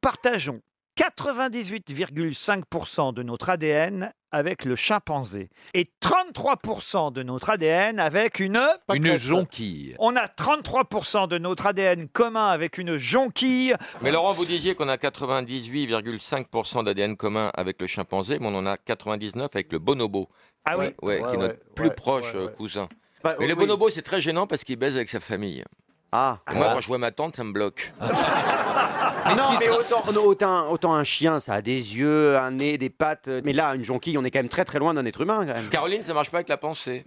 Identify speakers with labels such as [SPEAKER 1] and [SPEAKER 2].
[SPEAKER 1] partageons 98,5% de notre ADN avec le chimpanzé et 33% de notre ADN avec une...
[SPEAKER 2] Une jonquille.
[SPEAKER 1] On a 33% de notre ADN commun avec une jonquille.
[SPEAKER 2] Mais Laurent, vous disiez qu'on a 98,5% d'ADN commun avec le chimpanzé, mais on en a 99 avec le bonobo.
[SPEAKER 1] Ah oui.
[SPEAKER 2] Ouais,
[SPEAKER 3] Ouais,
[SPEAKER 2] qui est
[SPEAKER 3] ouais,
[SPEAKER 2] notre plus
[SPEAKER 3] ouais,
[SPEAKER 2] proche
[SPEAKER 3] ouais,
[SPEAKER 2] euh,
[SPEAKER 3] ouais.
[SPEAKER 2] cousin.
[SPEAKER 3] Bah,
[SPEAKER 2] Mais le
[SPEAKER 3] oui.
[SPEAKER 2] bonobo, c'est très gênant parce qu'il baise avec sa famille.
[SPEAKER 4] Ah.
[SPEAKER 2] Et moi, quand je vois ma tante, ça me bloque.
[SPEAKER 4] non, mais autant, non, autant, autant un chien, ça a des yeux, un nez, des pattes. euh, Mais là, une jonquille, on est quand même très très loin d'un être humain. Quand même.
[SPEAKER 2] Caroline, ça marche pas avec la pensée.